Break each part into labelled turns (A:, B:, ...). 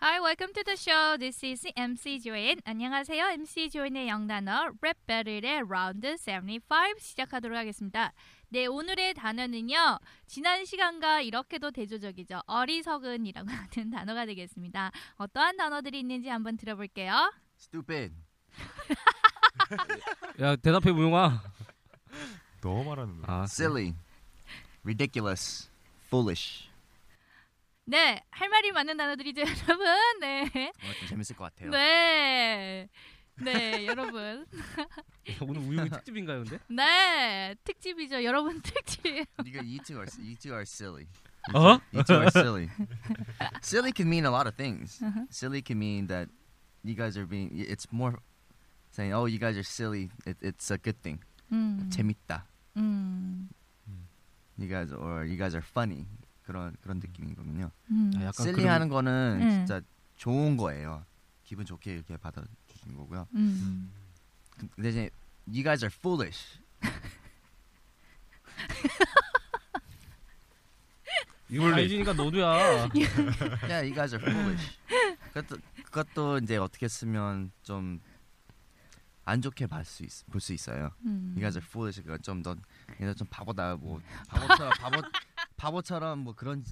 A: Hi, welcome to the show. This is MC Join. 안녕하세요. MC Join의 영단어 랩 배틀의 라운드 75 시작하도록 하겠습니다. 네, 오늘의 단어는요. 지난 시간과 이렇게도 대조적이죠. 어리석은이라고 하는 단어가 되겠습니다. 어떠한 단어들이 있는지 한번 들어볼게요.
B: Stupid.
C: 야 대답해 무용아.
D: 너무 말하는 거야.
C: 아,
B: Silly. Ridiculous. Foolish.
A: 네, 할 말이 많은 단어들이죠, 여러분. 네.
B: 오늘 좀 재밌을 것 같아요.
A: 네. 네, 여러분.
C: 오늘 우영이 특집인가요, 근데?
A: 네, 특집이죠. 여러분 특집.
B: You, you two are you two are silly.
C: 어?
B: You two are silly. silly can mean a lot of things. Silly can mean that you guys are being. It's more saying, "Oh, you guys are silly. It, it's a good thing.
A: 음.
B: 재밌다.
A: 음.
B: You guys or you guys are funny. 그런 그런 느낌이거든요.
A: 음.
C: 아, 약간
B: silly 하는 거는
A: 네.
B: 진짜 좋은 거예요. 기분 좋게 이렇게 받아주신 거고요.
A: 음.
B: 그 대신 you guys are foolish.
C: 아, 이걸 알지니까 너도야.
B: Yeah, you guys are foolish. 그것도, 그것도 이제 어떻게 쓰면 좀 안 좋게 볼수 볼수 있어요.
A: 음.
B: You guys are foolish. 그러니까 좀너 얘네 좀 바보다 뭐 바보처럼 바보 바보처럼 뭐 그런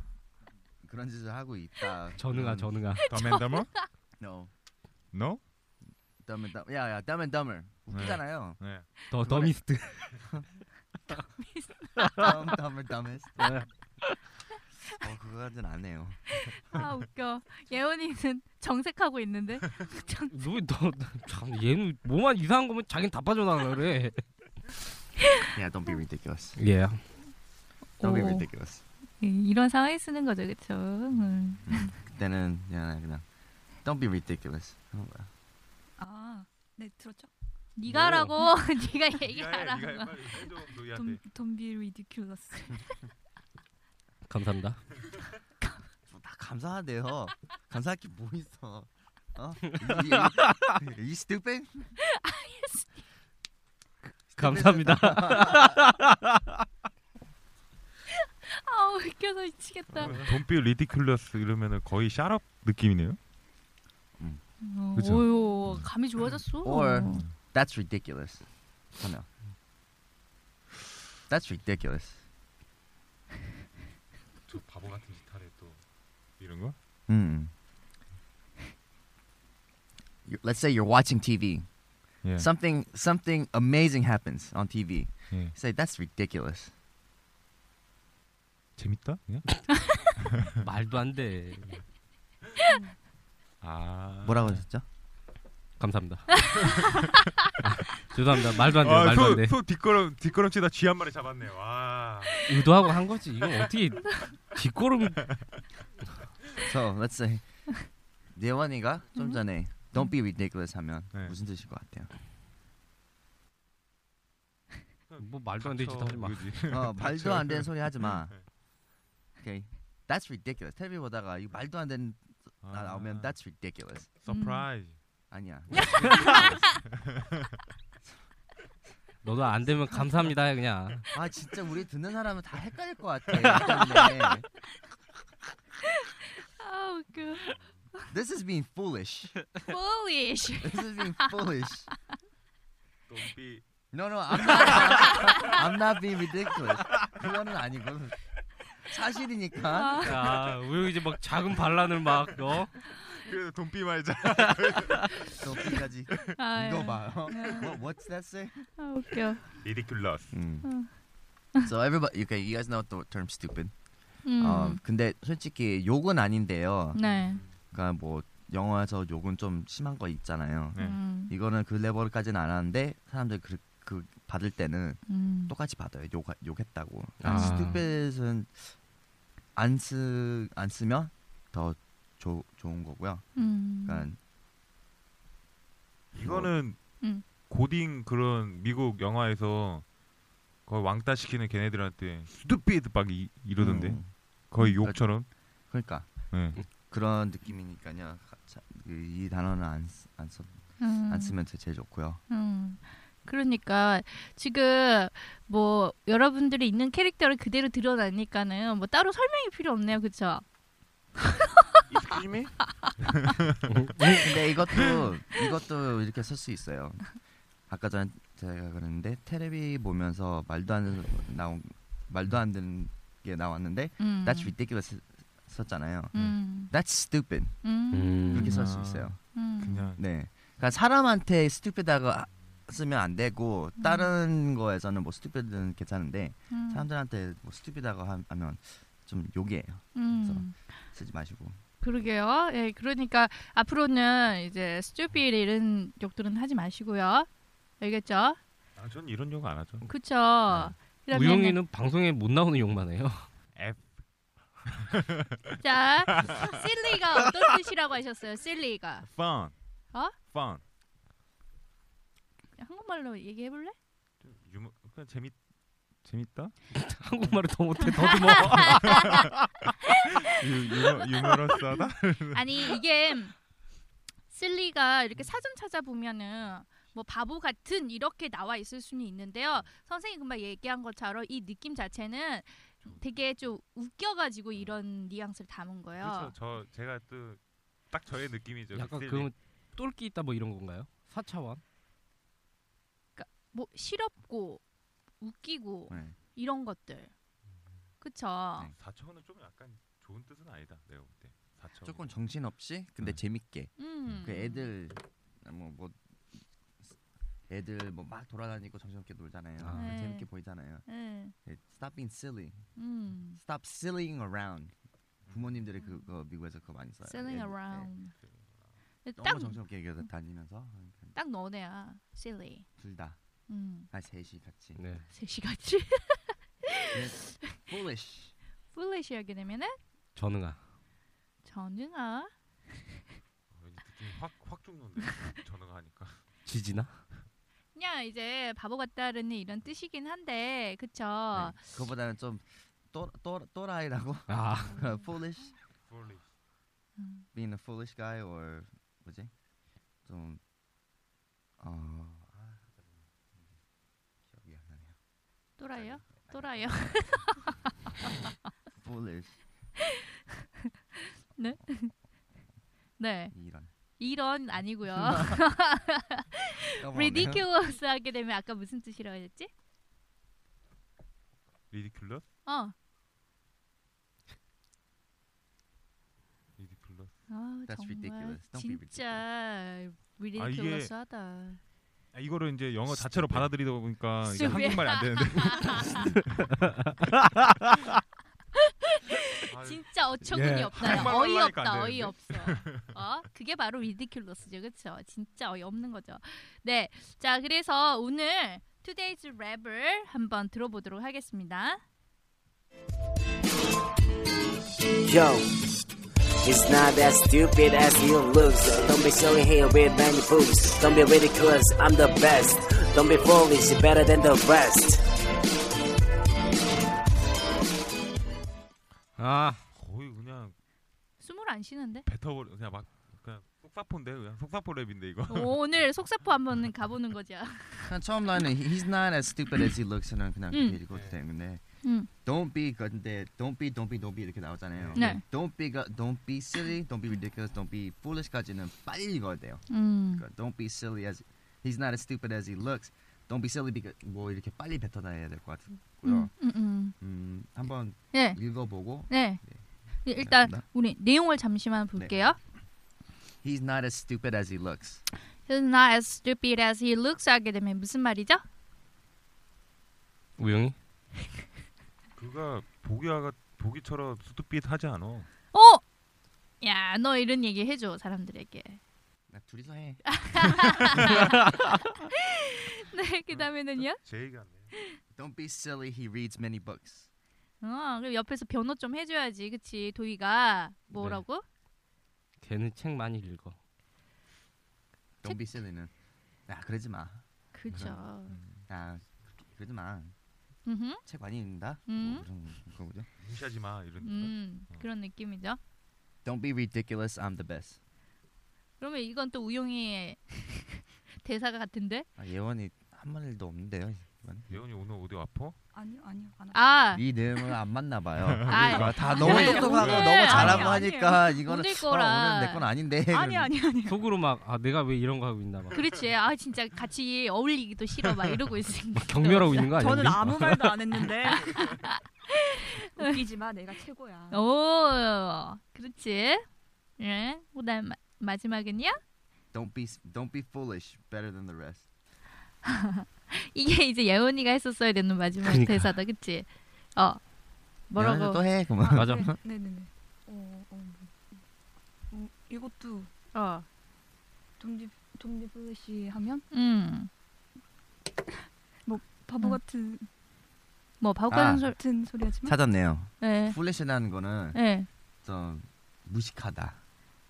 B: 그런 짓을 하고 있다.
C: 전응아,
B: 그런-
C: 전응아.
D: 더맨더머?
B: No,
D: No?
B: dumb and dumb. 야야, dumb and dumber. 웃기잖아요.
D: 네.
C: 더 더미스트.
B: dumb, dumber, dumbest. 어 그거는 안 해요.
A: 아 웃겨. 예원이는 정색하고 있는데. 정-
C: 너너참 얘는 뭐만 이상한 거면 자긴 다 빠져나가 그래.
B: Yeah, don't be ridiculous.
C: 예.
B: Don't be
A: 오.
B: ridiculous.
A: 예, 이런 상황에 쓰는 거죠, 그렇죠? 음.
B: 그때는 그냥 그냥 don't be ridiculous. 하는 거야.
A: 아, 네 들었죠. 네가라고 네가 얘기하라고. 돈 돈비 ridiculous.
C: 감사합니다.
B: 다 감사하대요. 감사할 게 뭐 있어? 어? 이- 이- 이 스튜펜?
C: 감사합니다.
A: 아 웃겨서 미치겠다.
D: 돈비 리디큘러스 이러면은 거의 샤럽 느낌이네요.
A: 어,
D: 그쵸.
A: 오요 감이 좋아졌어.
B: Or that's ridiculous. 하나. That's ridiculous.
D: 저 바보 같은 짓 하래 또 이런 거?
B: 음. You- Let's say you're watching TV.
D: 예.
B: Something something amazing happens on TV.
D: 예.
B: Say that's ridiculous.
D: 재밌다? 그냥?
C: 말도 안 돼.
D: 아.
B: 뭐라고 하셨죠?
C: 감사합니다. 아, 죄송합니다. 말도 안 돼. 말도 안 돼.
D: 소 뒷걸음 뒷걸음치다 쥐 한 마리 잡았네. 와.
C: 의도하고 한 거지. 이거 어떻게 뒷걸음
B: So let's say 예원이가 좀 전에 don't be ridiculous 하면
D: 네.
B: 무슨 뜻일 것 같아요?
C: 뭐 말도 안 되지 하지
D: 아, 그-
C: 마.
B: 어 말도 안 되는 소리 하지 마. 오케이. That's ridiculous. 텔레비 보다가 이 말도 안 되는
D: 아,
B: 나 나오면 that's ridiculous.
D: 서프라이즈.
B: 아니야.
C: 너도 안 되면 감사합니다 그냥.
B: 아 진짜 우리 듣는 사람은 다 헷갈릴 것 같아. 이것 때문에.
A: 아 웃겨.
B: This is being foolish.
A: foolish.
B: This is being foolish.
D: Don't be
B: No, no, I'm not. I'm not being ridiculous. 그거는 아니고
A: 아.
B: 사실이니까.
C: 야, 우리 이제 막 작은 반란을 막 어?
D: 그래서 돈비 말자.
B: 높이까지
A: 아,
B: 이거 봐. What, what's that say?
A: 아, 웃겨.
D: Ridiculous.
B: So everybody, okay, you guys know the term stupid.
A: 어. 음.
B: Um, 근데 솔직히 욕은 아닌데요.
A: 네.
B: 그러니까 뭐 영화에서 욕은 좀 심한 거 있잖아요.
D: 네.
A: 음.
B: 이거는 그 레벨까지는 안 하는데 사람들 그, 그 받을 때는
A: 음.
B: 똑같이 받아요. 욕 욕했다고.
C: 아.
B: 그러니까 stupid은 안쓰안 쓰면 더 조, 좋은 거고요.
A: 음.
B: 그러니까
D: 이거는
A: 음.
D: 고딩 그런 미국 영화에서 거의 왕따 시키는 걔네들한테 스투피드 막 이, 이러던데
B: 음,
D: 거의 욕처럼.
B: 그러니까
D: 네.
B: 그런 느낌이니까요. 자, 그이 단어는 안안 써.
A: 음.
B: 안 쓰면 제- 제일 좋고요.
A: 음. 그러니까 지금 뭐 여러분들이 있는 캐릭터를 그대로 드러나니까는 뭐 따로 설명이 필요 없네요, 그렇죠?
B: 근데 이것도 이것도 이렇게 쓸 수 있어요. 아까 전에 제가 그랬는데 텔레비 보면서 말도 안 되는 나온 말도 안 되는 게 나왔는데
A: 음.
B: That's ridiculous 썼잖아요.
A: 음.
B: That's stupid
A: 음.
B: 이렇게
C: 음.
B: 쓸 수
D: 아.
B: 있어요.
A: 음.
D: 그냥
B: 네. 그러니까 사람한테 stupid하고 아, 쓰면 안 되고 다른 거에서는 뭐 stupid는 괜찮은데
A: 음.
B: 사람들한테 뭐 stupid하고 하- 하면 좀 욕이에요.
A: 음.
B: 쓰지 마시고.
A: 그러게요. 예, 그러니까 앞으로는 이제 stupid 이런 욕들은 하지 마시고요. 알겠죠?
D: 아, 전 이런 욕 안 하죠.
A: 그렇죠. 그러면
C: 우영이는 방송에 못 나오는 욕만 해요.
D: F
A: 자, silly가 어떤 뜻이라고 하셨어요? silly가
D: fun.
A: 어?
D: fun.
A: 한국말로 얘기해 볼래?
D: 좀 유머 그냥 재밌 재밌다.
C: 한국말을 더 못해 더듬어.
D: 유, 유머 유머러스하다.
A: 아니 이게 실리가 이렇게 사전 찾아보면은 뭐 바보 같은 이렇게 나와 있을 수는 있는데요. 선생님 금방 얘기한 것처럼 이 느낌 자체는 되게 좀 웃겨가지고 이런 뉘앙스를 담은
D: 그렇죠.
A: 거예요.
D: 저 제가 또 딱 저의 느낌이죠.
C: 약간
D: 그
C: 그러면 똘끼 있다 뭐 이런 건가요? 4차원?
A: 뭐 시럽고 웃기고
B: 네.
A: 이런 것들. 그쵸?
B: 네.
D: 4천은 어, 좀 약간 좋은 뜻은 아니다. 내가 볼 때. 4천.
B: 조금 정신없이 근데
D: 네.
B: 재밌게
A: 음.
B: 그 애들 뭐 뭐 애들 뭐 막 돌아다니고 정신없게 놀잖아요.
C: 아.
A: 네.
B: 재밌게 보이잖아요.
A: 네.
B: Stop being silly.
A: 음.
B: Stop sillying around. 부모님들이 그거 미국에서 그거 많이 써요.
A: Selling
B: 애들, 네.
A: 음. around.
B: 너무
A: 딱,
B: 정신없게 얘기해서 다니면서
A: 딱 너네야. silly.
B: 둘 다.
A: 음.
B: 아 셋이 같이.
C: 네.
A: 셋이같이
B: Foolish.
A: 플래시하게 되면은
C: 전응아.
A: 전응아.
D: 어, 왠지 느낌이 확확 죽는데 전응하니까.
C: 지지나?
A: 그냥 이제 바보 같다는 이런 뜻이긴 한데 그쵸
B: 네. 그거보다는 좀또또 또라이라고.
C: 아,
B: foolish.
D: Fully.
B: 네.
A: 음,
B: Being a foolish guy or 뭐지? 좀 어. 아, 기억이 안 나네요.
A: 또라이요
B: 네.
A: 또라이요
B: foolish
A: 네
B: 이런.
A: 이런 아니고요
B: 까먹었네요.
A: ridiculous 하게 되면 아까 무슨 뜻이라고 했지
D: Ridiculous.
A: 어
D: Ridiculous.
A: 아,
B: That's
A: 정말
B: ridiculous. Don't be
A: 진짜
D: 아, 이게-
A: ridiculous하다
D: 아, 이거를 이제 영어 자체로 받아들이다 보니까 이게
A: Stupid.
D: 한국말이 안 되는데. 아유,
A: 진짜 어처구니
D: 예.
A: 없다
D: 한국말로
A: 어이없다
D: 하려니까 안 되는데.
A: 어이없어 어 그게 바로 ridiculous죠 그쵸 진짜 어이없는 거죠 네 자 그래서 오늘 today's 랩을 한번 들어보도록 하겠습니다
E: Yo, it's not that stupid as you look. So don't be showing here with many boobs. Don't be ridiculous, I'm the best. Don't be foolish, better than the rest.
C: 아,
D: 거의 그냥
A: 숨을 안 쉬는데
D: 뱉어버려 그냥 막 그냥 속사포인데 그냥 속사포 랩인데 이거.
A: 뭐 오, 오늘 속사포 한번 가보는 거죠.
B: 그냥 처음 라인은 he's not as stupid as he looks 는 그냥
A: 음.
B: 이렇게 읽어도 되는데
A: 음.
B: Don't be 근데 don't be don't be don't be 이렇게 나오잖아요.
A: 네.
B: Don't be가 don't be silly, don't be ridiculous, don't be foolish까지는 빨리 읽어야 돼요.
A: 음.
B: 그러니까 don't be silly as he's not as stupid as he looks. Don't be silly because 뭐 이렇게 빨리 뱉어내야 될 것 같고요.
A: 음. 음. 음.
B: 음, 한번
A: 네.
B: 읽어보고
A: 네. 네. 예, 일단
B: 나-
A: 우리 내용을 잠시만 볼게요.
B: he's not as stupid as he looks.
A: He's not as stupid as he looks 하게 되면 무슨 말이죠?
C: 우영이?
D: 그가 보기가 보기처럼 스투핏하지 않아.
A: 어? 야, 너 이런 얘기 해줘 사람들에게.
B: 나 둘이서 해.
A: 네, 그 다음에는요.
D: 제 얘기 안 해.
B: Don't be silly. He reads many books.
A: 어, 그리고 옆에서 변호 좀 해줘야지, 그치? 도희가 뭐라고?
C: 걔는 책 많이 읽어.
B: Don't be silly는 야 그러지 마.
A: 그죠.
B: 야 그러지 마.
A: 음,
B: 책 많이 읽는다.
A: 음.
B: 뭐 그런 거죠.
D: 무시하지 마 이런.
A: 음, 그런 느낌이죠.
B: Don't be ridiculous. I'm the best.
A: 그러면 이건 또 우영이의 대사가 같은데?
B: 아, 예원이 한 말도 없는데요. 이건.
D: 예원이 오늘 어디 아파?
F: 아니요 아니요 안
A: 아,
B: 이 내용을 안 맞나 봐요.
A: 아,
B: 아, 다 너무
A: 오늘-
B: 똑똑하고
A: 오늘-
B: 너무 잘하고
A: 아니에요,
B: 하니까 이거는
A: 오늘
B: 아,
A: 거라.
B: 오늘 내건 아닌데.
F: 아니 아니 아니
C: 속으로 막 아 내가 왜 이런 거 하고 있나 막
A: 그렇지. 아, 진짜 같이 어울리기도 싫어 막 이러고 있으니까.
C: 경멸하고 있는 거 아니야?
F: 저는
C: 우리?
F: 아무 말도 안 했는데 웃기지 마 내가 최고야
G: 어.
A: 오, 그렇지. 예, 그다음 마- 마지막은요?
B: Don't be don't be foolish. Better than the rest.
A: 이게 이제 예원이가 했었어야 되는 마지막
C: 그러니까.
A: 대사다, 그치? 어,
B: 예원이
A: 뭐라고?
B: 또 해. 그만.
C: 맞아.
F: 네, 네네네 어, 어, 어, 이것도
A: 어,
F: 좀비 좀비 플래시 하면
A: 음,
F: 바보
A: 음.
F: 같은
A: 뭐 바보 같은
B: 아.
A: 소리,
F: 같은 소리 하지만
B: 찾았네요.
A: 예,
B: foolish라는 거는
A: 예,
B: 좀 무식하다.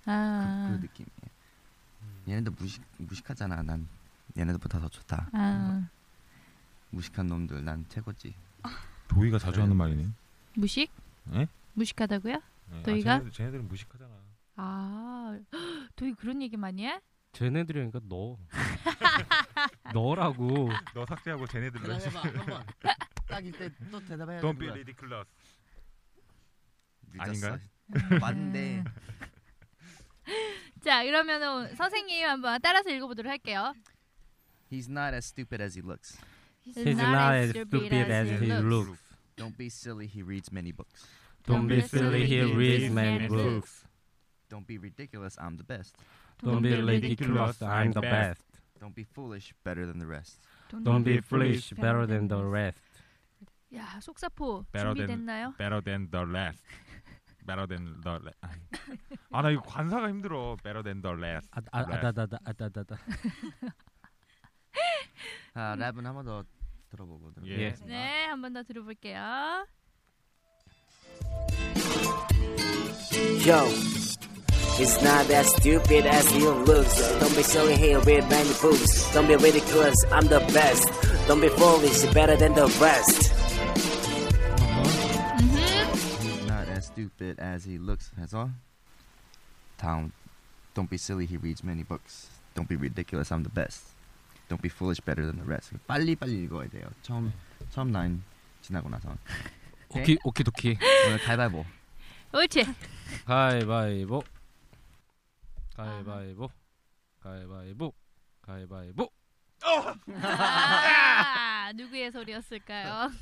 B: 그,
A: 아,
B: 그 느낌이에요.
D: 예.
B: 얘네들 무식 무식하잖아. 난 얘네들보다 더 좋다.
A: 아,
B: 무식한 놈들 난 최고지.
D: 도희가 자주 하는 말이네.
A: 무식?
D: 예?
A: 무식하다고요?
D: 네.
A: 도희가?
D: 아, 쟤네들, 쟤네들은 무식하잖아.
A: 아, 헉, 도희 그런 얘기 많이 해?
C: 쟤네들이니까 너. 너라고.
D: 너 삭제하고 쟤네들로 해.
B: 한번. 딱 이때 또 대답해야
D: Don't be ridiculous. 아닌가요? 음.
B: 맞는데.
A: 자, 그러면은 선생님 한번 따라서 읽어보도록 할게요.
B: He's not as stupid as he looks.
C: He's not as stupid as he looks.
B: Don't be silly. He reads many books.
C: Don't be silly. He reads many books.
B: Don't be ridiculous. I'm the best.
C: Don't be ridiculous. I'm the best.
B: Don't be foolish. Better than the rest.
C: Don't be foolish. Better than the rest.
A: 야, 속사포
D: Better than-
A: 준비됐나요?
D: Better than the last. Better than the last. 아나 이거 관사가 힘들어. Better than the last.
C: 아다다다 아다다다.
B: 아 랩은 한 번 더 들어보고
D: 예.
B: 들어보겠습니다.
A: 네, 한 번 더 들어볼게요.
E: Yo, it's not as stupid as he looks. Don't be silly, hey, red man, boots. Don't be ridiculous, I'm the best. Don't be foolish, better than the rest.
B: He's not as stupid as he looks. 해서 다음 Don't be silly. He reads many books. Don't be ridiculous. I'm the best. Don't be foolish. Better than the rest. 빨리 빨리 읽어야 돼요. 처음 처음 라인 지나고 나서
C: 오키 오키도키.
B: 오늘 가위바위보.
A: 옳지.
C: 가위바위보. 가위바위보. 가위바위보. 가위바위보.
A: 아, 누구의 소리였을까요? 자,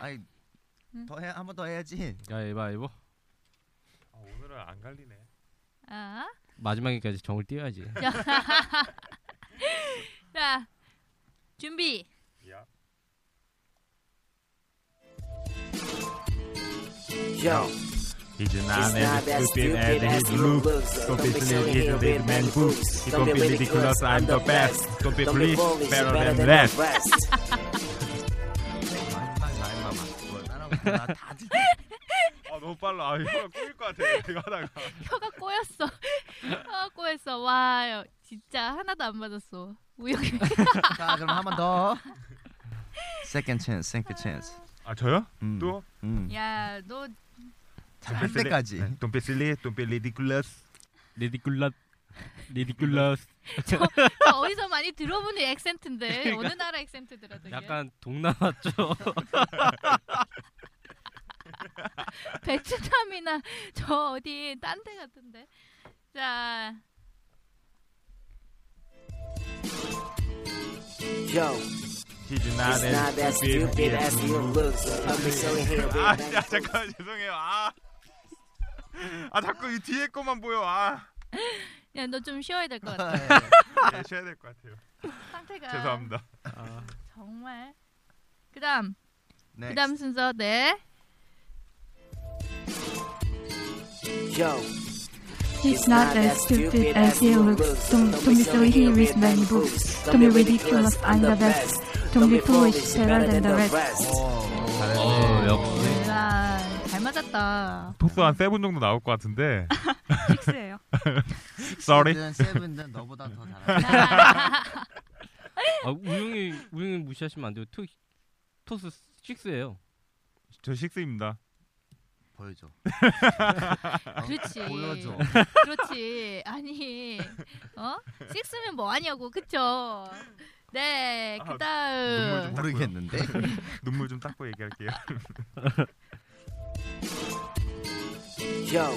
B: 아이 더해 한 번 더 해야지.
C: 가위바위보.
D: 아, 오늘은 안 갈리네.
A: 아,
C: 마지막에까지 정을 띄워야지.
A: 자, 준비.
D: 야.
E: Yo,
D: He's
E: it's
D: not
E: not as
D: as
E: stupid
D: Ah, stupid as
E: as
D: he
E: he
D: looks.
E: looks.
D: Don't
E: Don't
D: be
E: be
D: silly,
E: silly,
D: he's a
E: hey,
D: big
E: red
D: man
E: man,
D: boots.
E: boots.
D: Don't be ridiculous, I'm the best. Don't be
E: Don't be
D: foolish,
E: foolish,
D: better
E: better
D: than
E: than the
D: less.
E: rest.
B: 마지막 가위바위보. 나다
D: 아 너무 빨라. 아 이거 꼬일 것 같아. 이거 하다가.
A: 혀가 꼬였어. 혀가 꼬였어. 와, 야, 진짜 하나도 안 맞았어. 우영이.
B: 자 그럼 한 번 더. Second chance. Second chance.
D: 아 저요?
B: 음,
D: 또?
B: 음.
A: 야, 너
B: 할 때까지.
D: 네, Don't be silly, don't be ridiculous.
C: 리디큘라 리디큘러스.
A: 저 어디서 많이 들어보는 액센트인데 어느 나라 액센트더라 되게.
C: 약간 동남아 쪽.
A: 베트남이나 저 어디 딴 데 같은데. 자,
E: Yo,
D: She's not
E: it's not as stupid as you look. Don't be silly, he'll be
D: 아,
E: back
D: 야, 잠깐 죄송해요. 아. 아, 자꾸 이 뒤에 것만 보여. 아.
A: 야 너 좀 쉬어야 될 것 같아.
D: 네, 쉬어야 될 것 같아요.
A: 상태가
D: 죄송합니다.
A: 정말. 그다음
B: Next.
A: 그다음 순서 네.
E: Yo,
G: He's not as stupid as he looks. Don't, don't be silly, he reads many books. Don't be ridiculous, I'm the best. Don't be foolish, better than the rest.
C: 어, 역시.
A: 야, 아, 잘 맞았다.
D: 토스 한 세븐 정도 나올 것 같은데.
G: 식스예요.
D: Sorry.
B: 세븐은 너보다 더 잘하네.
C: 아, 우영이 우영이 무시하시면 안 돼요. 토, 토스 6예요.
D: 저 식스입니다.
B: 보여줘. 어,
A: 그렇지.
B: 보여줘.
A: 그렇지. 아니, 어? 식스면 뭐 하냐고, 그쵸? 네,
D: 아, 눈물
A: 그다음.
D: 좀
B: 모르겠는데.
D: 눈물 좀 닦고 얘기할게요.
E: Yo.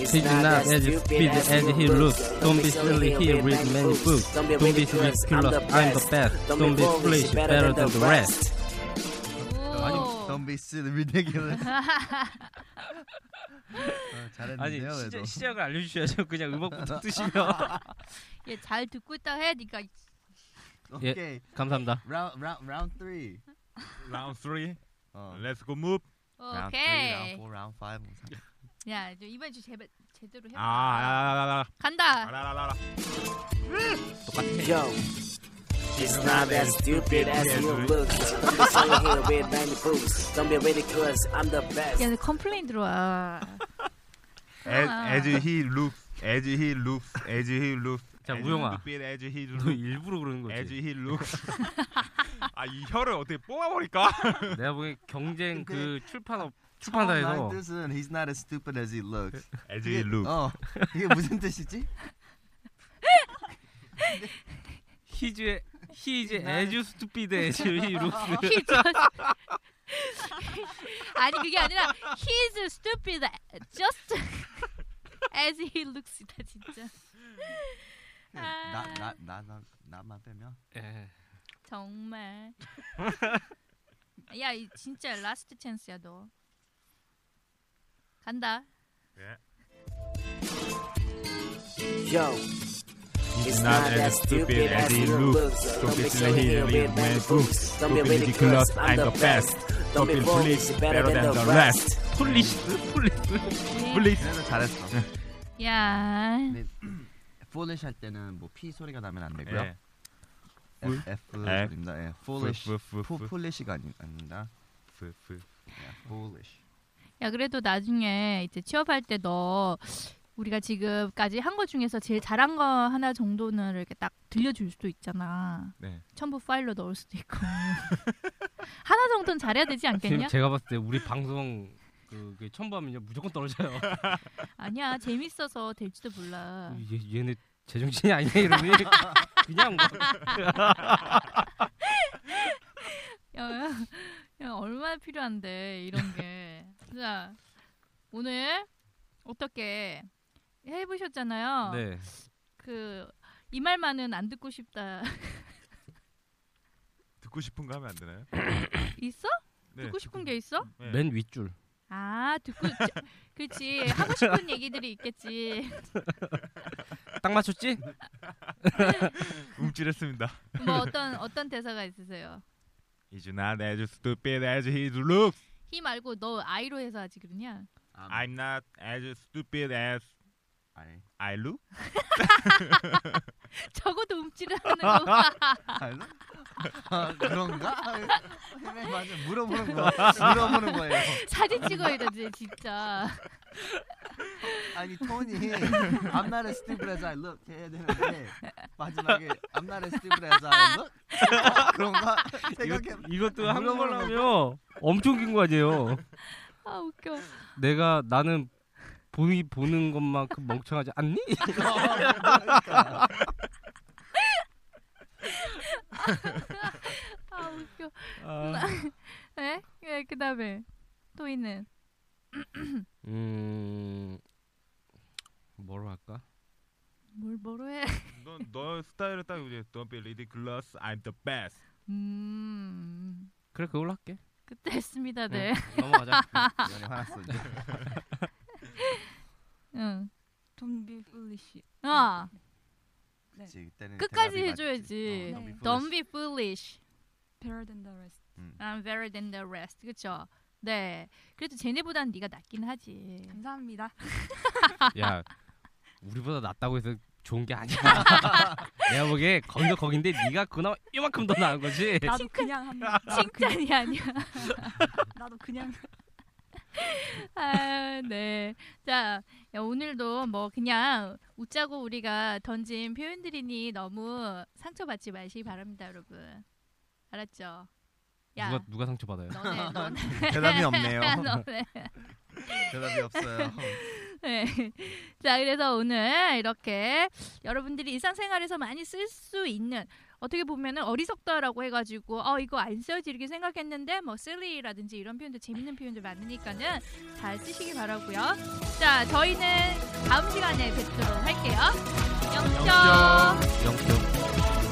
E: It's
C: He's not as stupid as he looks. Don't be silly, he reads many books. Don't be ridiculous, I'm the best. Don't be foolish, better than the rest.
A: 어. 오.
B: Don't be silly, ridiculous. 어,
C: 아니
B: 잘했는데요,
C: 시작,
B: 그래도.
C: 시작을 알려주셔야죠. 그냥 음악부터 뜨시면.
A: 얘 잘 듣고 있다 해, 니가.
C: 예.
B: 오케이.
C: 감사합니다.
B: Round, round, round three.
D: 라운드 3.
B: 어.
D: Let's go move. 아,
B: Round three, round
A: 오케이.
B: four, round five. 뭐 상-
A: 야, 저 이번 주 제발 제대로 해.
D: 아, 아, 아,
A: 간다.
D: 아, 아,
E: Yo. It's not as stupid as you look. Don't be silly, he'll be many books. Don't be ridiculous, I'm the best.
A: 야, 너 컴플레인 들어와.
D: 아. As, as he looks, as he looks, as he looks.
C: 자,
D: as
C: 우영아.
D: stupid As he
C: 너
D: looks,
C: 그 일부러 그러는
D: as
C: 거지.
D: he looks. 아이 혀를 어떻게 뽑아버릴까?
C: 내가 보기엔 경쟁 그
B: 근데
C: 출판업
B: 처음 말
C: 출판사에서
B: 뜻은 he's not as stupid as he looks.
D: as
B: 이게-
D: he looks.
B: 어. 이게 무슨 뜻이지?
C: 히즈의 히즈 에즈 스투피드 에즈 루스.
A: He's just- 아니 그게 아니라 he's stupid just as he looks 다 진짜 아.
B: 나나나나 나만 빼면
C: 예.
A: 정말 야이 진짜 라스트 찬스야 너 간다
D: 예.
E: Yo. It's
D: not as stupid as he looks. Don't be silly, he'll be many books. Don't be ridiculous, I'm the best. Don't be foolish, better than the rest.
C: 폴리스 폴리스.
B: 그래도 잘했어.
A: 야
B: foolish 할 때는 뭐 P 소리가 나면 안 되고요.
D: 예.
B: F, F
D: F.
B: 소리입니다. 예.
D: Foolish,
B: foolish. 포- foolish가 아니, 아닙니다. 예, foolish.
A: 야 그래도 나중에 이제 취업할 때 너 우리가 지금까지 한 거 중에서 제일 잘한 거 하나 정도는 이렇게 딱 들려줄 수도 있잖아.
D: 네.
A: 첨부 파일로 넣을 수도 있고. 하나 정도는 잘해야 되지
C: 지금
A: 않겠냐?
C: 제가 봤을 때 우리 방송 그, 그 첨부하면요 무조건 떨어져요.
A: 아니야 재밌어서 될지도 몰라.
C: 얘, 얘네 제정신이 아니야 이러니 그냥 뭐, 막
A: 야, 야, 야 얼마나 필요한데 이런 게. 자 오늘 어떻게 해보셨잖아요.
C: 네.
A: 그 이 말만은 안 듣고 싶다
D: 듣고 싶은 거 하면 안 되나요?
A: 있어? 듣고 싶은 게 있어?
D: 네.
C: 맨 윗줄.
A: 아 듣고 저- 그렇지 하고 싶은 얘기들이 있겠지
C: 딱 맞췄지?
D: 움찔했습니다.
A: 뭐 어떤 어떤 대사가 있으세요
D: He's not as stupid as he looks.
A: 히 말고 너 아이로 해서 하지 그러냐
B: 아,
D: I'm not as stupid as
B: 아니.
D: I look.
A: 적어도 움찔하는 거
B: 아, 그런가?
A: 네.
B: 아, 맞아. 물어보는 거. 물어보는 거예요.
A: 사진 찍어야 되지 진짜
B: 아니 톤이 I'm not as stupid as I look 해야 되는데 마지막에 I'm not as stupid as I look 아, 그런가 생각해
C: 이것, 이것도
B: 물어보는
C: 한국말로
B: 거죠?
C: 하면 엄청 긴 거 아니에요.
A: 아 웃겨
C: 내가 나는 보이 보는 것만큼 멍청하지 않니?
B: 그러니까.
A: 아 웃겨.
C: 아,
A: 네? 네, 그다음에 또 있는.
C: 음, 뭐로 할까?
A: 뭘 뭐로 해?
D: 너, 너 스타일은 딱 이제 Don't be ridiculous, I'm the best.
A: 음.
C: 그래 그걸로 할게.
A: 그때 했습니다.
B: 아,
A: 네.
C: 네. 넘어가자.
B: 연애 화났어 이제.
A: 응.
F: Don't be foolish.
A: 아,
B: 그치, 그때는
A: 끝까지
B: 네, 대답이
A: 해줘야지.
B: 맞- 어,
F: 네.
A: Don't be foolish.
F: Better than the rest.
A: I'm better than the rest. 그쵸? 네. 그래도 쟤네보단 네가 낫긴 하지.
F: 감사합니다.
C: 네. 야, 우리보다 낫다고 해서 좋은 게 아니야. 내가 보기에 거기도 거긴데 네가 그나마 이만큼 더 나은 거지.
F: 나도 그냥 합니다.
A: 칭찬이 아니야.
F: 나도 그냥
A: 아, 네. 자, 야, 오늘도 뭐 그냥 웃자고 우리가 던진 표현들이니 너무 상처받지 마시기 바랍니다, 여러분. 알았죠? 야,
C: 누가 누가 상처 받아요?
A: 너네, 너네,
B: 대답이 없네요.
A: 너네.
B: 대답이 없어요.
A: 네. 자, 그래서 오늘 이렇게 여러분들이 일상생활에서 많이 쓸 수 있는 어떻게 보면은 어리석다라고 해가지고 어 이거 안 써야지 이렇게 생각했는데 뭐 silly라든지 이런 표현도 재밌는 표현들 많으니까는 잘 쓰시기 바라고요. 자, 저희는 다음 시간에 뵙도록 할게요. 영영.
C: 영표.